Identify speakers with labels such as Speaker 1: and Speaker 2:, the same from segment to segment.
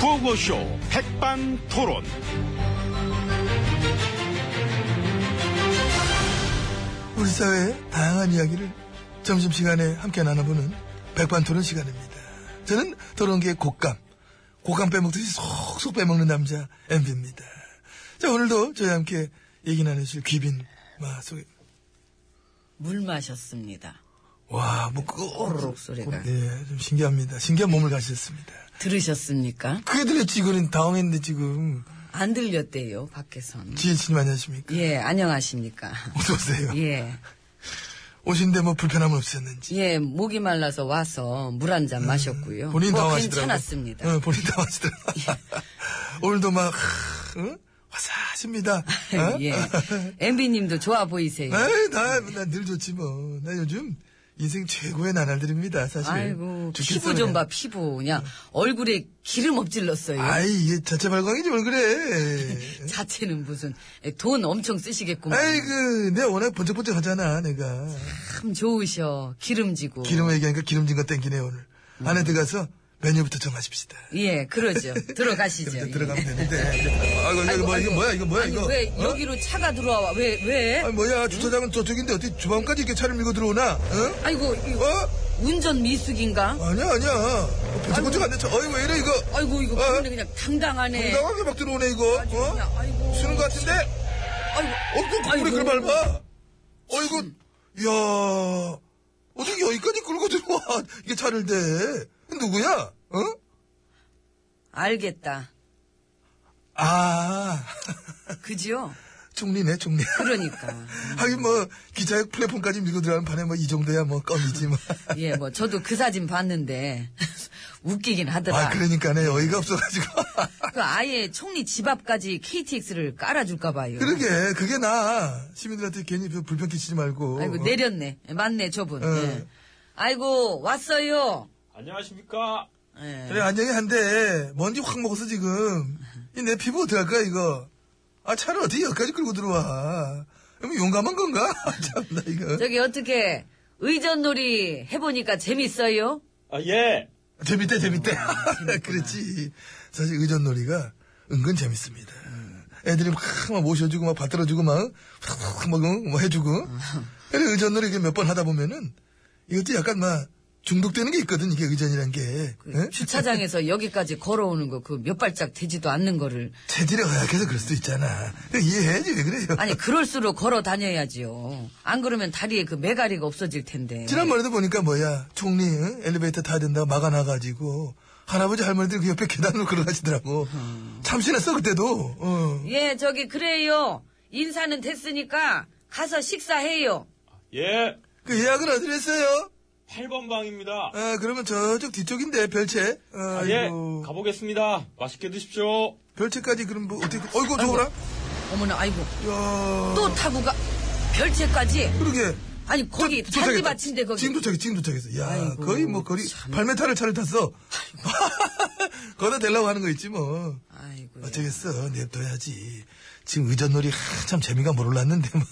Speaker 1: 구호쇼 백반토론.
Speaker 2: 우리 사회의 다양한 이야기를 점심시간에 함께 나눠보는 백반토론 시간입니다. 저는 토론계의 곡감, 곡감 빼먹듯이 속속 빼먹는 남자 MB입니다. 자 오늘도 저희와 함께 얘기 나누실 귀빈 마 소개.
Speaker 3: 물 마셨습니다.
Speaker 2: 와, 뭐, 그,
Speaker 3: 꼬르륵 소리가.
Speaker 2: 예, 좀 신기합니다. 신기한 몸을 가지셨습니다.
Speaker 3: 들으셨습니까?
Speaker 2: 그게 들렸지, 이거는 당황했는데, 지금.
Speaker 3: 안 들렸대요, 밖에선.
Speaker 2: 지혜씨님 안녕하십니까?
Speaker 3: 예, 안녕하십니까.
Speaker 2: 어서오세요.
Speaker 3: 예.
Speaker 2: 오신데 뭐 불편함은 없으셨는지.
Speaker 3: 예, 목이 말라서 와서 물 한 잔 마셨고요.
Speaker 2: 본인
Speaker 3: 뭐
Speaker 2: 당황하시더라고요.
Speaker 3: 괜찮았습니다. 예.
Speaker 2: 어, 본인 당황하시더라고요. 오늘도 막, 하, 응? 화사하십니다. 어?
Speaker 3: 예. MB님도 좋아 보이세요.
Speaker 2: 에이, 나, 나늘 좋지 뭐. 나 요즘 인생 최고의 나날들입니다, 사실.
Speaker 3: 아이고,
Speaker 2: 죽겠어,
Speaker 3: 피부 좀
Speaker 2: 그냥.
Speaker 3: 봐, 피부. 그냥 얼굴에 기름 엎질렀어요.
Speaker 2: 아이, 네. 이게 자체 발광이지, 뭘 그래.
Speaker 3: 자체는 무슨 예, 돈 엄청 쓰시겠구만.
Speaker 2: 아이고, 그, 내가 워낙 번쩍번쩍 하잖아, 내가.
Speaker 3: 참 좋으셔. 기름지고.
Speaker 2: 기름 얘기하니까 기름진 거 땡기네, 오늘.
Speaker 3: 음.
Speaker 2: 안에 들어가서 메뉴부터 정하십시다.
Speaker 3: 예, 그러죠. 들어가시죠.
Speaker 2: 이제
Speaker 3: 예.
Speaker 2: 들어가면 되는데. 아이고, 이거 뭐야, 이거 뭐야, 이거 뭐야,
Speaker 3: 아니,
Speaker 2: 이거.
Speaker 3: 왜
Speaker 2: 어?
Speaker 3: 여기로 차가 들어와? 왜, 왜?
Speaker 2: 아니, 뭐야, 주차장은 저쪽인데 어떻게 주방까지 이렇게 차를 밀고 들어오나? 어?
Speaker 3: 아이고, 이거
Speaker 2: 어?
Speaker 3: 운전 미숙인가?
Speaker 2: 아니야, 아니야. 번쩍번쩍 안 됐어. 어이, 왜 이래, 이거.
Speaker 3: 아이고, 이거
Speaker 2: 어?
Speaker 3: 그분은 그냥 당당하네.
Speaker 2: 당당하게 막 들어오네, 이거.
Speaker 3: 아주
Speaker 2: 어?
Speaker 3: 그냥, 아이고.
Speaker 2: 쓰는 거 같은데?
Speaker 3: 아이고,
Speaker 2: 어, 또
Speaker 3: 아이고.
Speaker 2: 우리 그걸 밟아. 어이구, 이야. 어떻게 여기까지 끌고 들어와. 이게 차를 대. 누구야? 어?
Speaker 3: 알겠다.
Speaker 2: 아.
Speaker 3: 그지요?
Speaker 2: 총리네, 총리.
Speaker 3: 그러니까.
Speaker 2: 하긴 뭐, 기차역 플랫폼까지 밀고 들어가는 판에 뭐, 이 정도야 뭐, 껌이지 뭐.
Speaker 3: 예, 뭐, 저도 그 사진 봤는데, 웃기긴 하더라.
Speaker 2: 아, 그러니까네. 어이가 없어가지고.
Speaker 3: 그 아예 총리 집 앞까지 KTX를 깔아줄까봐요.
Speaker 2: 그러게, 그게 나. 시민들한테 괜히 그 불편 끼치지 말고.
Speaker 3: 아이고, 내렸네. 맞네, 저분.
Speaker 2: 어.
Speaker 3: 예. 아이고, 왔어요.
Speaker 4: 안녕하십니까.
Speaker 3: 예.
Speaker 2: 그래, 안녕히 한데, 먼지 확 먹었어, 지금. 이 내 피부 어떡할 거야, 이거. 아, 차를 어떻게 여기까지 끌고 들어와. 그럼 용감한 건가? 아, 참나, 이거.
Speaker 3: 저기, 어떻게, 의전놀이 해보니까 재밌어요?
Speaker 4: 아, 예.
Speaker 2: 재밌대,
Speaker 3: 음,
Speaker 2: 재밌대. 그렇지. 사실 의전놀이가 은근 재밌습니다. 애들이 막, 막 모셔주고, 막 받들어주고, 막, 막, 막, 응, 뭐 해주고. 그래, 의전놀이 몇 번 하다 보면은, 이것도 약간 막, 중독되는 게 있거든, 이게 의전이란 게.
Speaker 3: 그
Speaker 2: 응?
Speaker 3: 주차장에서 여기까지 걸어오는 거, 그 몇 발짝 되지도 않는 거를.
Speaker 2: 체질이 허약해서 그럴 수도 있잖아. 그래, 이해해야지, 왜 그래요?
Speaker 3: 아니, 그럴수록 걸어 다녀야지요. 안 그러면 다리에 그 메가리가 없어질 텐데.
Speaker 2: 지난번에도 보니까 뭐야, 총리, 응? 엘리베이터 타야 된다고 막아놔가지고, 할아버지 할머니들 그 옆에 계단으로 걸어가시더라고.
Speaker 3: 음.
Speaker 2: 참신했어, 그때도. 어.
Speaker 3: 예, 저기, 그래요. 인사는 됐으니까 가서 식사해요.
Speaker 4: 예.
Speaker 2: 그 예약은 어디로 했어요?
Speaker 4: 8번 방입니다.
Speaker 2: 아, 그러면 저쪽 뒤쪽인데, 별채. 아,
Speaker 4: 아, 예.
Speaker 2: 이고
Speaker 4: 가보겠습니다. 맛있게 드십시오.
Speaker 2: 별채까지 그럼 뭐, 어떻게, 어이구, 저거라?
Speaker 3: 어머나, 아이고.
Speaker 2: 야
Speaker 3: 또 타고 가. 별채까지.
Speaker 2: 그러게.
Speaker 3: 아니, 거기,
Speaker 2: 도- 도착했다.
Speaker 3: 달리 받친데, 거기.
Speaker 2: 지금 도착해, 지금 도착했어. 야,
Speaker 3: 아이고,
Speaker 2: 거의 뭐, 거리,
Speaker 3: 참.
Speaker 2: 8m를 차를 탔어. 거기다 대려고 하는 거 있지, 뭐.
Speaker 3: 아이고.
Speaker 2: 어쩌겠어. 냅둬야지. 지금 의전놀이 한참 재미가 뭘 올랐는데, 뭐.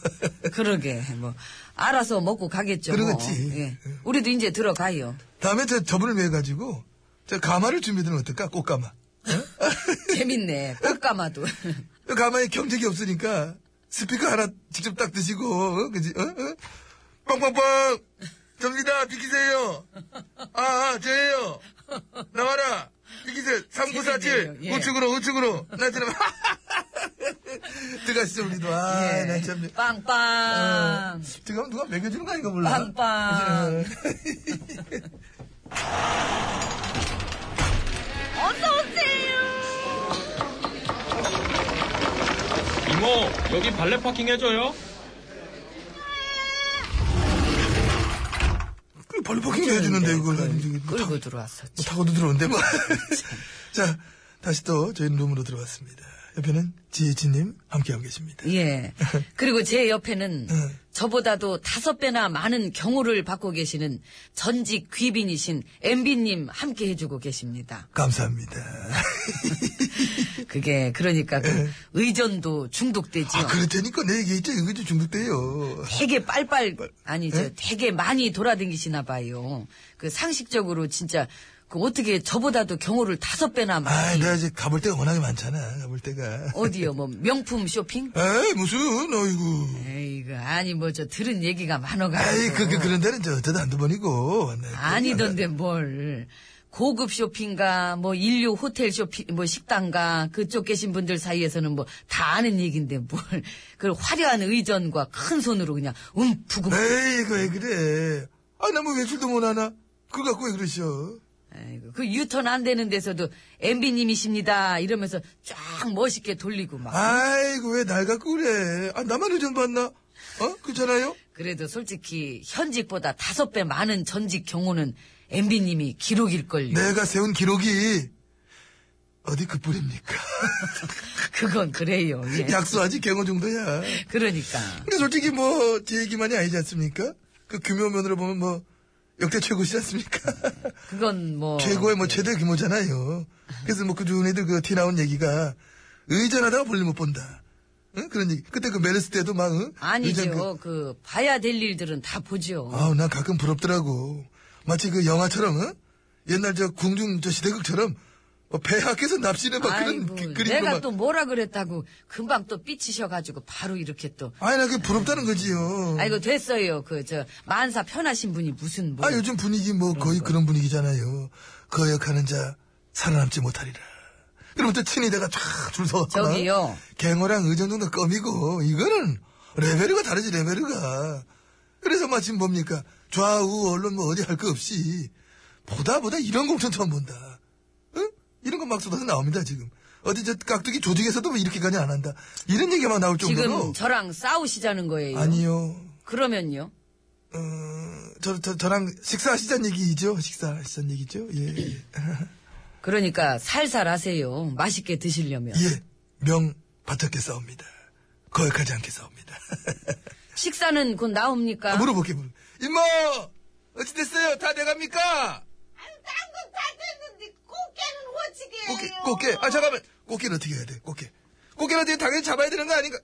Speaker 3: 그러게, 뭐. 알아서 먹고 가겠죠. 뭐.
Speaker 2: 그러겠지.
Speaker 3: 예. 우리도 이제 들어가요.
Speaker 2: 다음에 저, 저분을 위해 가지고, 저 가마를 준비해두면 어떨까? 꽃가마.
Speaker 3: 재밌네. 꽃가마도.
Speaker 2: 그 가마에 경적이 없으니까, 스피커 하나 직접 딱 드시고, 어? 그지? 어? 어? 빵빵빵! 접니다! 비키세요! 아, 아, 저예요! 나와라! 비키세요! 3947!
Speaker 3: 재밌네요. 예.
Speaker 2: 우측으로, 우측으로! 나 지금, 들어가시죠, 우리도. 아, 어.
Speaker 3: 예.
Speaker 2: 나 참.
Speaker 3: 빵빵.
Speaker 2: 지금 누가 먹여주는 거 아닌가 몰라.
Speaker 3: 빵빵.
Speaker 2: 예,
Speaker 4: 이모, 여기 발레 파킹 해줘요.
Speaker 2: 그걸 벌레 버킹 해주는데, 이걸. 뭐 타-
Speaker 3: 끌고 들어왔었지.
Speaker 2: 뭐 타고도 들어오는데, 뭐. 자, 다시 또 저희 룸으로 들어왔습니다. 옆에는 지혜진님 함께하고 계십니다.
Speaker 3: 예. 그리고 제 옆에는
Speaker 2: 응.
Speaker 3: 저보다도 다섯 배나 많은 경호를 받고 계시는 전직 귀빈이신 MB님 함께 해주고 계십니다.
Speaker 2: 감사합니다.
Speaker 3: 그게, 그러니까 그 의전도 중독되지요.
Speaker 2: 예. 아, 그렇다니까 내 얘기했죠. 이거 좀 중독돼요.
Speaker 3: 되게 빨빨, 아니, 저
Speaker 2: 예?
Speaker 3: 되게 많이 돌아다니시나 봐요. 그 상식적으로 진짜 그 어떻게 저보다도 경호를 다섯 배나
Speaker 2: 아,
Speaker 3: 많이
Speaker 2: 내가 이제 가볼 데가 워낙에 많잖아. 가볼 데가.
Speaker 3: 어디요? 뭐 명품 쇼핑?
Speaker 2: 에이, 무슨, 어이구.
Speaker 3: 에이그 아니 뭐 저 들은 얘기가
Speaker 2: 에이,
Speaker 3: 많아가지고
Speaker 2: 그, 그, 그런 데는 저, 저도 한두 번이고. 네,
Speaker 3: 아니던데 뭘 고급 쇼핑가 뭐 인류 호텔 쇼핑 뭐 식당가 그쪽 계신 분들 사이에서는 뭐 다 아는 얘긴데 뭘 그 화려한 의전과 큰 손으로 그냥 움푹 움푹
Speaker 2: 에이, 그왜 그래. 아, 나 뭐 외출도 못하나? 그거 갖고 왜 그러셔?
Speaker 3: 아이고, 그 유턴 안 되는 데서도 MB님이십니다 이러면서 쫙 멋있게 돌리고 막
Speaker 2: 아이고, 왜 날 갖고 그래. 아, 나만 의전 받나? 어? 그렇잖아요?
Speaker 3: 그래도 솔직히 현직보다 다섯 배 많은 전직 경호는 MB님이 기록일걸요
Speaker 2: 내가 세운 기록이 어디 그뿐입니까?
Speaker 3: 그건 그래요 예.
Speaker 2: 약수하지 경호 정도야.
Speaker 3: 그러니까
Speaker 2: 근데 솔직히 뭐 제 얘기만이 아니지 않습니까? 그 규모면으로 보면 뭐 역대 최고시지 않습니까?
Speaker 3: 그건 뭐
Speaker 2: 최고의 뭐 최대 규모잖아요. 그래서 뭐 그중 애들 그 티 나온 얘기가 의전하다가 볼일 못 본다. 응? 그런 얘기. 그때 그 메르스 때도 막 응? 의전 그-
Speaker 3: 아니죠. 그 봐야 될 일들은 다 보죠.
Speaker 2: 아우 난 가끔 부럽더라고. 마치 그 영화처럼 응? 옛날 저 궁중 저 시대극처럼 뭐 배하께서 납치는 막
Speaker 3: 아이고,
Speaker 2: 그런 그림
Speaker 3: 내가 또 뭐라 그랬다고 금방 또 삐치셔가지고 바로 이렇게 또.
Speaker 2: 아니 나 그게 부럽다는 거지요.
Speaker 3: 아이고 됐어요. 그 저 만사 편하신 분이 무슨 뭐.
Speaker 2: 아, 요즘 분위기 뭐 거의 그런 분위기잖아요. 그 거역하는 자 살아남지 못하리라. 그러면 또 친이대가 쫙줄 서갖고.
Speaker 3: 저기요.
Speaker 2: 갱어랑 의정동도 껌이고, 이거는 레벨이가 다르지, 레벨이가. 그래서 마침 뭡니까? 좌우, 언론 뭐 어디 할 거 없이. 보다 보다 이런 공천 처음 본다. 응? 이런 거 막 쏟아서 나옵니다, 지금. 어디 저 깍두기 조직에서도 뭐 이렇게까지 안 한다. 이런 얘기만 나올 정도로.
Speaker 3: 지금 저랑 싸우시자는 거예요.
Speaker 2: 아니요.
Speaker 3: 그러면요.
Speaker 2: 어, 저, 저, 저랑 식사하시자는 얘기죠? 식사하시자는 얘기죠? 예.
Speaker 3: 그러니까 살살 하세요. 맛있게 드시려면.
Speaker 2: 예. 명 바짝게 싸웁니다. 거역하지 않게 싸웁니다.
Speaker 3: 식사는 곧 나옵니까?
Speaker 2: 아, 물어볼게, 물어. 임마! 어찌됐어요? 다 내갑니까?
Speaker 5: 딴건다 됐는데 꽃게는 어떻게 해요?
Speaker 2: 꽃게, 꽃게. 아, 잠깐만. 꽃게는 어떻게 해야 돼? 꽃게. 꽃게는 어떻게 당연히 잡아야 되는 거 아닌가?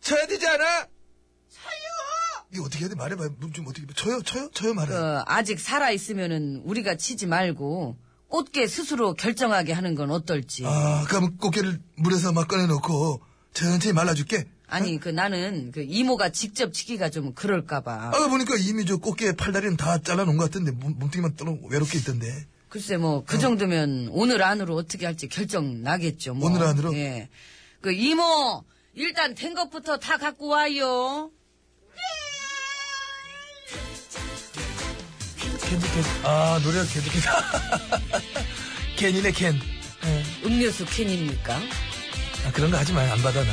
Speaker 2: 쳐야 되지 않아? 쳐요! 이거 어떻게 해야 돼? 말해봐. 좀 어떻게, 쳐요? 쳐요? 쳐요? 말해.
Speaker 3: 어, 아직 살아 있으면은 우리가 치지 말고 꽃게 스스로 결정하게 하는 건 어떨지.
Speaker 2: 아, 그럼 꽃게를 물에서 막 꺼내놓고 천천히 말라줄게.
Speaker 3: 아니 그 나는 그 이모가 직접 치기가 좀 그럴까봐
Speaker 2: 아까 보니까 이미 저 꽃게 팔다리는 다 잘라놓은 것 같던데 몸- 몸뚱이만 떨어 외롭게 있던데
Speaker 3: 글쎄 뭐 그
Speaker 2: 어.
Speaker 3: 정도면 오늘 안으로 어떻게 할지 결정 나겠죠 뭐.
Speaker 2: 오늘 안으로?
Speaker 3: 예그 이모 일단 된 것부터 다 갖고 와요
Speaker 2: 아 노래가 계속해서 캔이네 캔 예.
Speaker 3: 음료수 캔입니까
Speaker 2: 아, 그런 거 하지 마요 안 받아 나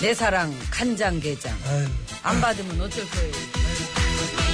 Speaker 3: 내 사랑 간장게장
Speaker 2: 아유.
Speaker 3: 안 받으면 어쩔 거예요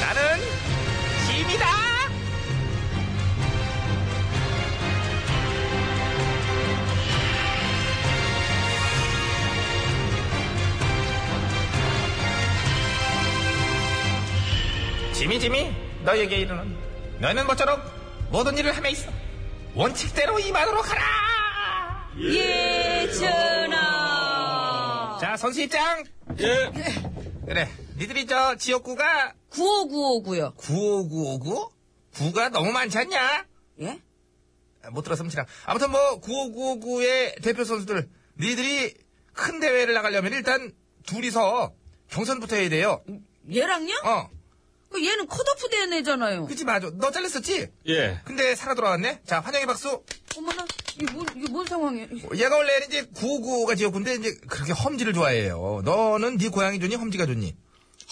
Speaker 1: 나는 짐이다.
Speaker 6: 지미 지미 너에게 이르는 너는 모쪼록 모든 일을 함에 있어 원칙대로 임하도록 하라
Speaker 3: 예천아.
Speaker 6: 자, 선수 입장.
Speaker 4: 예.
Speaker 6: 그래. 니들이 저 지역구가
Speaker 3: 95959요.
Speaker 6: 95959? 9가 너무 많지 않냐?
Speaker 3: 예?
Speaker 6: 아, 못 들었으면 치랑. 아무튼 뭐 95959의 대표 선수들 니들이 큰 대회를 나가려면 일단 둘이서 경선부터 해야 돼요.
Speaker 3: 얘랑요?
Speaker 6: 어.
Speaker 3: 그 얘는 컷오프 된 애잖아요.
Speaker 6: 그치 맞아. 너 잘렸었지?
Speaker 4: 예.
Speaker 6: 근데 살아 돌아왔네. 자, 환영의 박수.
Speaker 3: 어머나, 이게 뭔, 이게 뭔 상황이에요?
Speaker 6: 뭐, 얘가 원래 는 이제 959가 지역구인데 이제 그렇게 험지를 좋아해요. 너는 네 고향이 좋니? 험지가 좋니?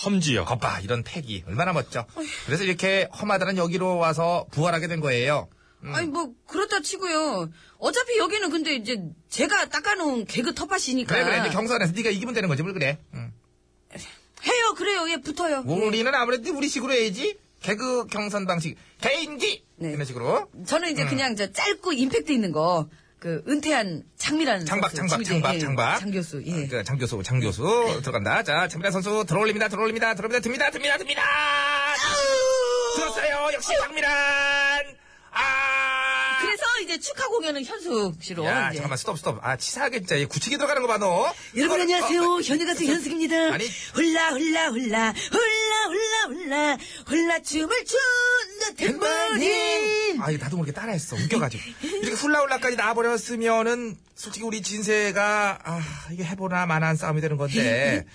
Speaker 4: 험지요.
Speaker 6: 거봐 이런 패기 얼마나 멋져. 그래서 이렇게 험하다는 여기로 와서 부활하게 된 거예요. 음,
Speaker 3: 아니, 뭐, 그렇다 치고요. 어차피 여기는 근데 이제 제가 닦아놓은 개그 텃밭이니까.
Speaker 6: 그래 그래 이제 경선에서 네가 이기면 되는 거지 뭘 그래. 응.
Speaker 3: 해요, 그래요. 예, 붙어요.
Speaker 6: 우리는 아무래도 우리 식으로 해야지. 개그 경선 방식 개인기
Speaker 3: 네.
Speaker 6: 이런 식으로.
Speaker 3: 저는
Speaker 6: 음.
Speaker 3: 이제 그냥 저 짧고 임팩트 있는 거. 그 은퇴한 장미라는
Speaker 6: 장박
Speaker 3: 음, 선수,
Speaker 6: 장박
Speaker 3: 지금 이제,
Speaker 6: 장박
Speaker 3: 예,
Speaker 6: 장박.
Speaker 3: 장 교수
Speaker 6: 아,
Speaker 3: 예. 네.
Speaker 6: 그장 교수 장 교수 들어간다. 자 장미라 선수 들어올립니다 들어올립니다 들어옵니다 듭니다 듭니다 듭니다. 들었어요 역시 장미란. 아.
Speaker 3: 그래서 이제 축하 공연은 현숙 씨로
Speaker 6: 야,
Speaker 3: 이제.
Speaker 6: 잠깐만, 스톱, 스톱. 아, 치사하게 진짜. 얘 구치기 들어가는 거 봐, 너.
Speaker 3: 여러분
Speaker 6: 그거를-
Speaker 3: 안녕하세요.
Speaker 6: 어,
Speaker 3: 현우 가수 현숙입니다.
Speaker 6: 아니.
Speaker 3: 훌라 훌라 훌라 훌라 훌라 훌라 훌라 춤을 추는 탬버린.
Speaker 6: 아, 이거 나도 모르게 따라했어. 웃겨가지고. 이렇게 훌라훌라까지 나버렸으면은, 솔직히 우리 진세가, 아, 이게 해보나 마나한 싸움이 되는 건데.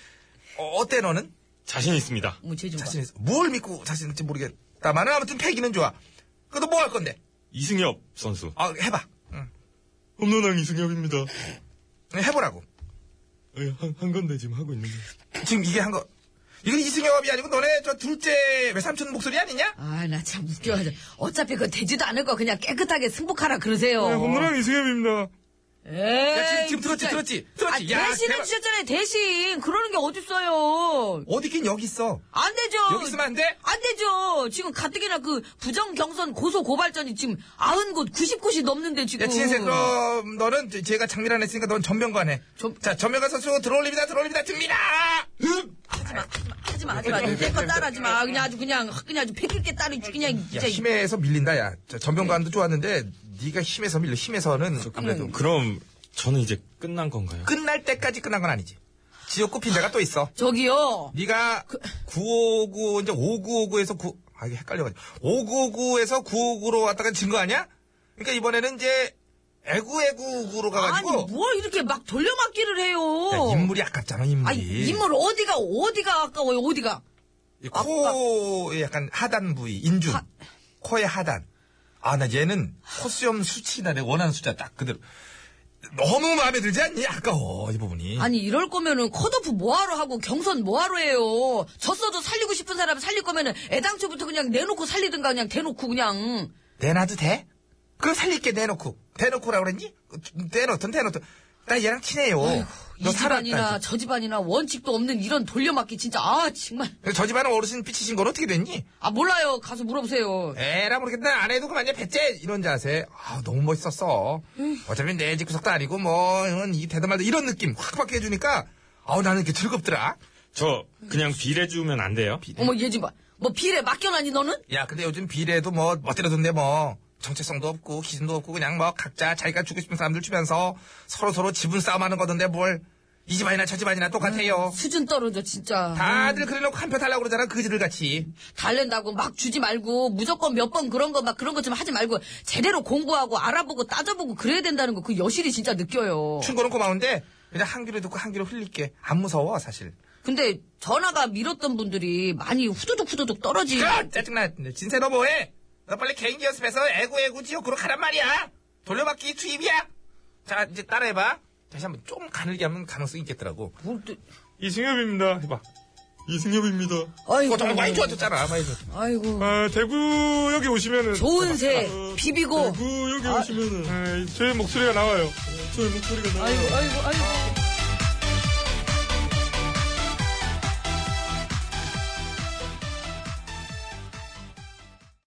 Speaker 6: 어, 때 너는?
Speaker 4: 자신 있습니다.
Speaker 3: 뭐 제주가.
Speaker 6: 자신 있어. 뭘 믿고 자신 있는지 모르겠다만은 아무튼 패기는 좋아. 그래도 뭐 할 건데?
Speaker 4: 이승엽 선수.
Speaker 6: 아, 해봐. 응.
Speaker 4: 홈런왕 이승엽입니다.
Speaker 6: 해보라고.
Speaker 4: 예, 한, 한 건데 지금 하고 있는데.
Speaker 6: 지금 이게 한 거. 이건 이승엽이 아니고 너네 저 둘째 외삼촌 목소리 아니냐?
Speaker 3: 아 나 참 웃겨. 어차피 그거 되지도 않을 거 그냥 깨끗하게 승복하라 그러세요.
Speaker 4: 이승엽입니다.
Speaker 3: 에이,
Speaker 6: 네, 야, 지금- 지금 들었지,
Speaker 3: 진짜.
Speaker 6: 들었지, 들었지.
Speaker 3: 아,
Speaker 6: 야,
Speaker 3: 대신을
Speaker 6: 대박.
Speaker 3: 치셨잖아요. 대신 그러는 게 어딨어요.
Speaker 6: 어디 긴 여기 있어.
Speaker 3: 안 되죠.
Speaker 6: 여기 있으면 안 돼?
Speaker 3: 안 되죠. 지금 가뜩이나 그 부정 경선 고소 고발전이 지금 90곳, 90곳이 넘는데 지금.
Speaker 6: 야, 진세, 그럼, 너는, 제- 제가 장미란 했으니까 넌 전병관 해.
Speaker 3: 전-
Speaker 6: 자, 전병관 선수 들어올립니다, 들어올립니다, 듭니다!
Speaker 3: 하지 마, 하지 마. 내거 따라하지 마. 그냥 아주 그냥 그냥 아주 패길 게 따로 있지. 그냥
Speaker 6: 야,
Speaker 3: 진짜.
Speaker 6: 힘에서 밀린다, 야. 저 전병관도 좋았는데, 네가 힘에서 밀려, 힘에서는. 아무래도.
Speaker 4: 그럼 저는 이제 끝난 건가요?
Speaker 6: 끝날 때까지 끝난 건 아니지. 지역구 핀자가 또 있어.
Speaker 3: 저기요.
Speaker 6: 네가
Speaker 3: 그-
Speaker 6: 959, 이제 5959에서 9, 아, 이게 헷갈려가지고. 5959에서 959로 왔다가 진 거 아니야? 그러니까 이번에는 이제, 애구애구구로
Speaker 3: 아니 뭐.
Speaker 6: 가가지고.
Speaker 3: 뭘 이렇게 막 돌려막기를 해요.
Speaker 6: 야, 인물이 아깝잖아, 인물이.
Speaker 3: 아니 인물 어디가 어디가 아까워요. 어디가.
Speaker 6: 이 코의 약간 하단 부위, 인중. 코의 하단. 아, 나 얘는 코수염 수치나 내 원하는 숫자 딱 그대로. 너무 마음에 들지 않니? 아까워, 이 부분이.
Speaker 3: 아니 이럴 거면은 컷오프 뭐하러 하고 경선 뭐하러 해요. 졌어도 살리고 싶은 사람 살릴 거면은 애당초부터 그냥 내놓고 살리든가 그냥 대놓고 그냥.
Speaker 6: 내놔도 돼? 그럼 살릴게, 내놓고. 대놓고라 그랬니? 대놓든, 대놓든. 나 얘랑 친해요.
Speaker 3: 이 집안이나
Speaker 6: 살았다니까.
Speaker 3: 저 집안이나 원칙도 없는 이런 돌려막기 진짜 아 정말
Speaker 6: 저 집안은 어르신 삐치신 건 어떻게 됐니?
Speaker 3: 아 몰라요 가서 물어보세요
Speaker 6: 에라 모르겠다 안 해도 그만이야 배째 이런 자세 아 너무 멋있었어 어차피 내 집 구석도 아니고 뭐 이건 이 대도 말도 이런 느낌 확 받게 해주니까 아우 나는 이렇게 즐겁더라
Speaker 4: 저 그냥 비례주면 안 돼요?
Speaker 3: 어머 얘 좀 봐. 뭐 비례 맡겨놨니 너는?
Speaker 6: 야 근데 요즘 비례도 뭐 멋대로던데 뭐 정체성도 없고 기준도 없고 그냥 뭐 각자 자기가 주고 싶은 사람들 주면서 서로서로 지분 싸움하는 거던데 뭘 이 집안이나 저 집안이나 똑같아요
Speaker 3: 수준 떨어져 진짜
Speaker 6: 다들 그래놓고 한 표 달라고 그러잖아 그지들 같이
Speaker 3: 달랜다고 막 주지 말고 무조건 몇 번 그런 거 막 그런 것 좀 하지 말고 제대로 공부하고 알아보고 따져보고 그래야 된다는 거 그 여실히 진짜 느껴요
Speaker 6: 충고는 고마운데 그냥 한 귀로 듣고 한 귀로 흘릴게 안 무서워 사실
Speaker 3: 근데 전화가 밀었던 분들이 많이 후두둑 후두둑 떨어지
Speaker 6: 야, 짜증나. 진세 너 뭐해? 너 빨리 개인기 연습해서 애구애구 지역으로 가란 말이야. 돌려받기 투입이야. 자, 이제 따라해봐. 다시 한번 좀 가늘게 하면 가능성이 있겠더라고.
Speaker 3: 뭘 또-
Speaker 4: 이승엽입니다. 해봐. 아, 이승엽입니다.
Speaker 3: 아이고
Speaker 6: 그거 정말 많이 좋아졌잖아. 많이 좋아.
Speaker 3: 아이고
Speaker 4: 아, 대구 여기 오시면은. 아,
Speaker 3: 좋은 새 비비고
Speaker 4: 네, 대구 여기 오시면은. 네, 저의 목소리가 나와요. 저의 목소리가 나와요.
Speaker 3: 아이고 아이고 아이고